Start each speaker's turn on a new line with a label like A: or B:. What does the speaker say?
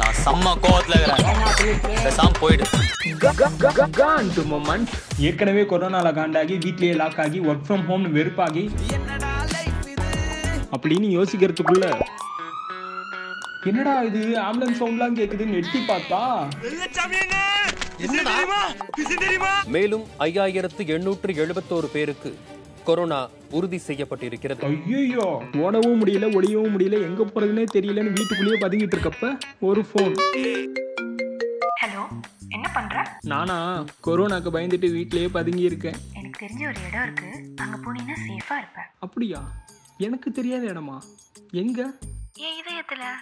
A: நான் செம்ம கோவத்துல இருக்கிறேன் பேசாம போயிடு
B: ஏற்கனவே கொரோனாவில் காண்டாகி வீட்லயே லாக் ஆகி ஒர்க் ஃப்ரம் ஹோம்னு வெறுப்பாகி அப்படின்னு யோசிக்கிறதுக்குள்ள என்னடா இது ஆம்புலன்ஸ் சவுண்ட்லாம் கேட்குதுன்னு எட்டி பார்த்தா
C: மேலும் ஐயாயிரத்து எண்ணூற்று எழுபத்தோரு பேருக்கு கொரோனா உறுதி செய்யப்பட்டிருக்கிறது
B: ஐயோ ஓடவும் முடியல ஒளியவும் முடியல எங்க போறதுன்னே தெரியலன்னு வீட்டுக்குள்ளேயே பதுங்கிட்டு இருக்கப்ப ஒரு ஃபோன்
D: ஹலோ என்ன பண்ற
B: நானா கொரோனாக்கு பயந்துட்டு வீட்லயே பதுங்கி இருக்கேன்
D: எனக்கு தெரிஞ்ச ஒரு இடம் இருக்கு அங்க போனீங்கன்னா சேஃபா இருப்ப
B: அப்படியா எனக்கு தெரியாத இடமா எங்க
D: என் இதயத்துல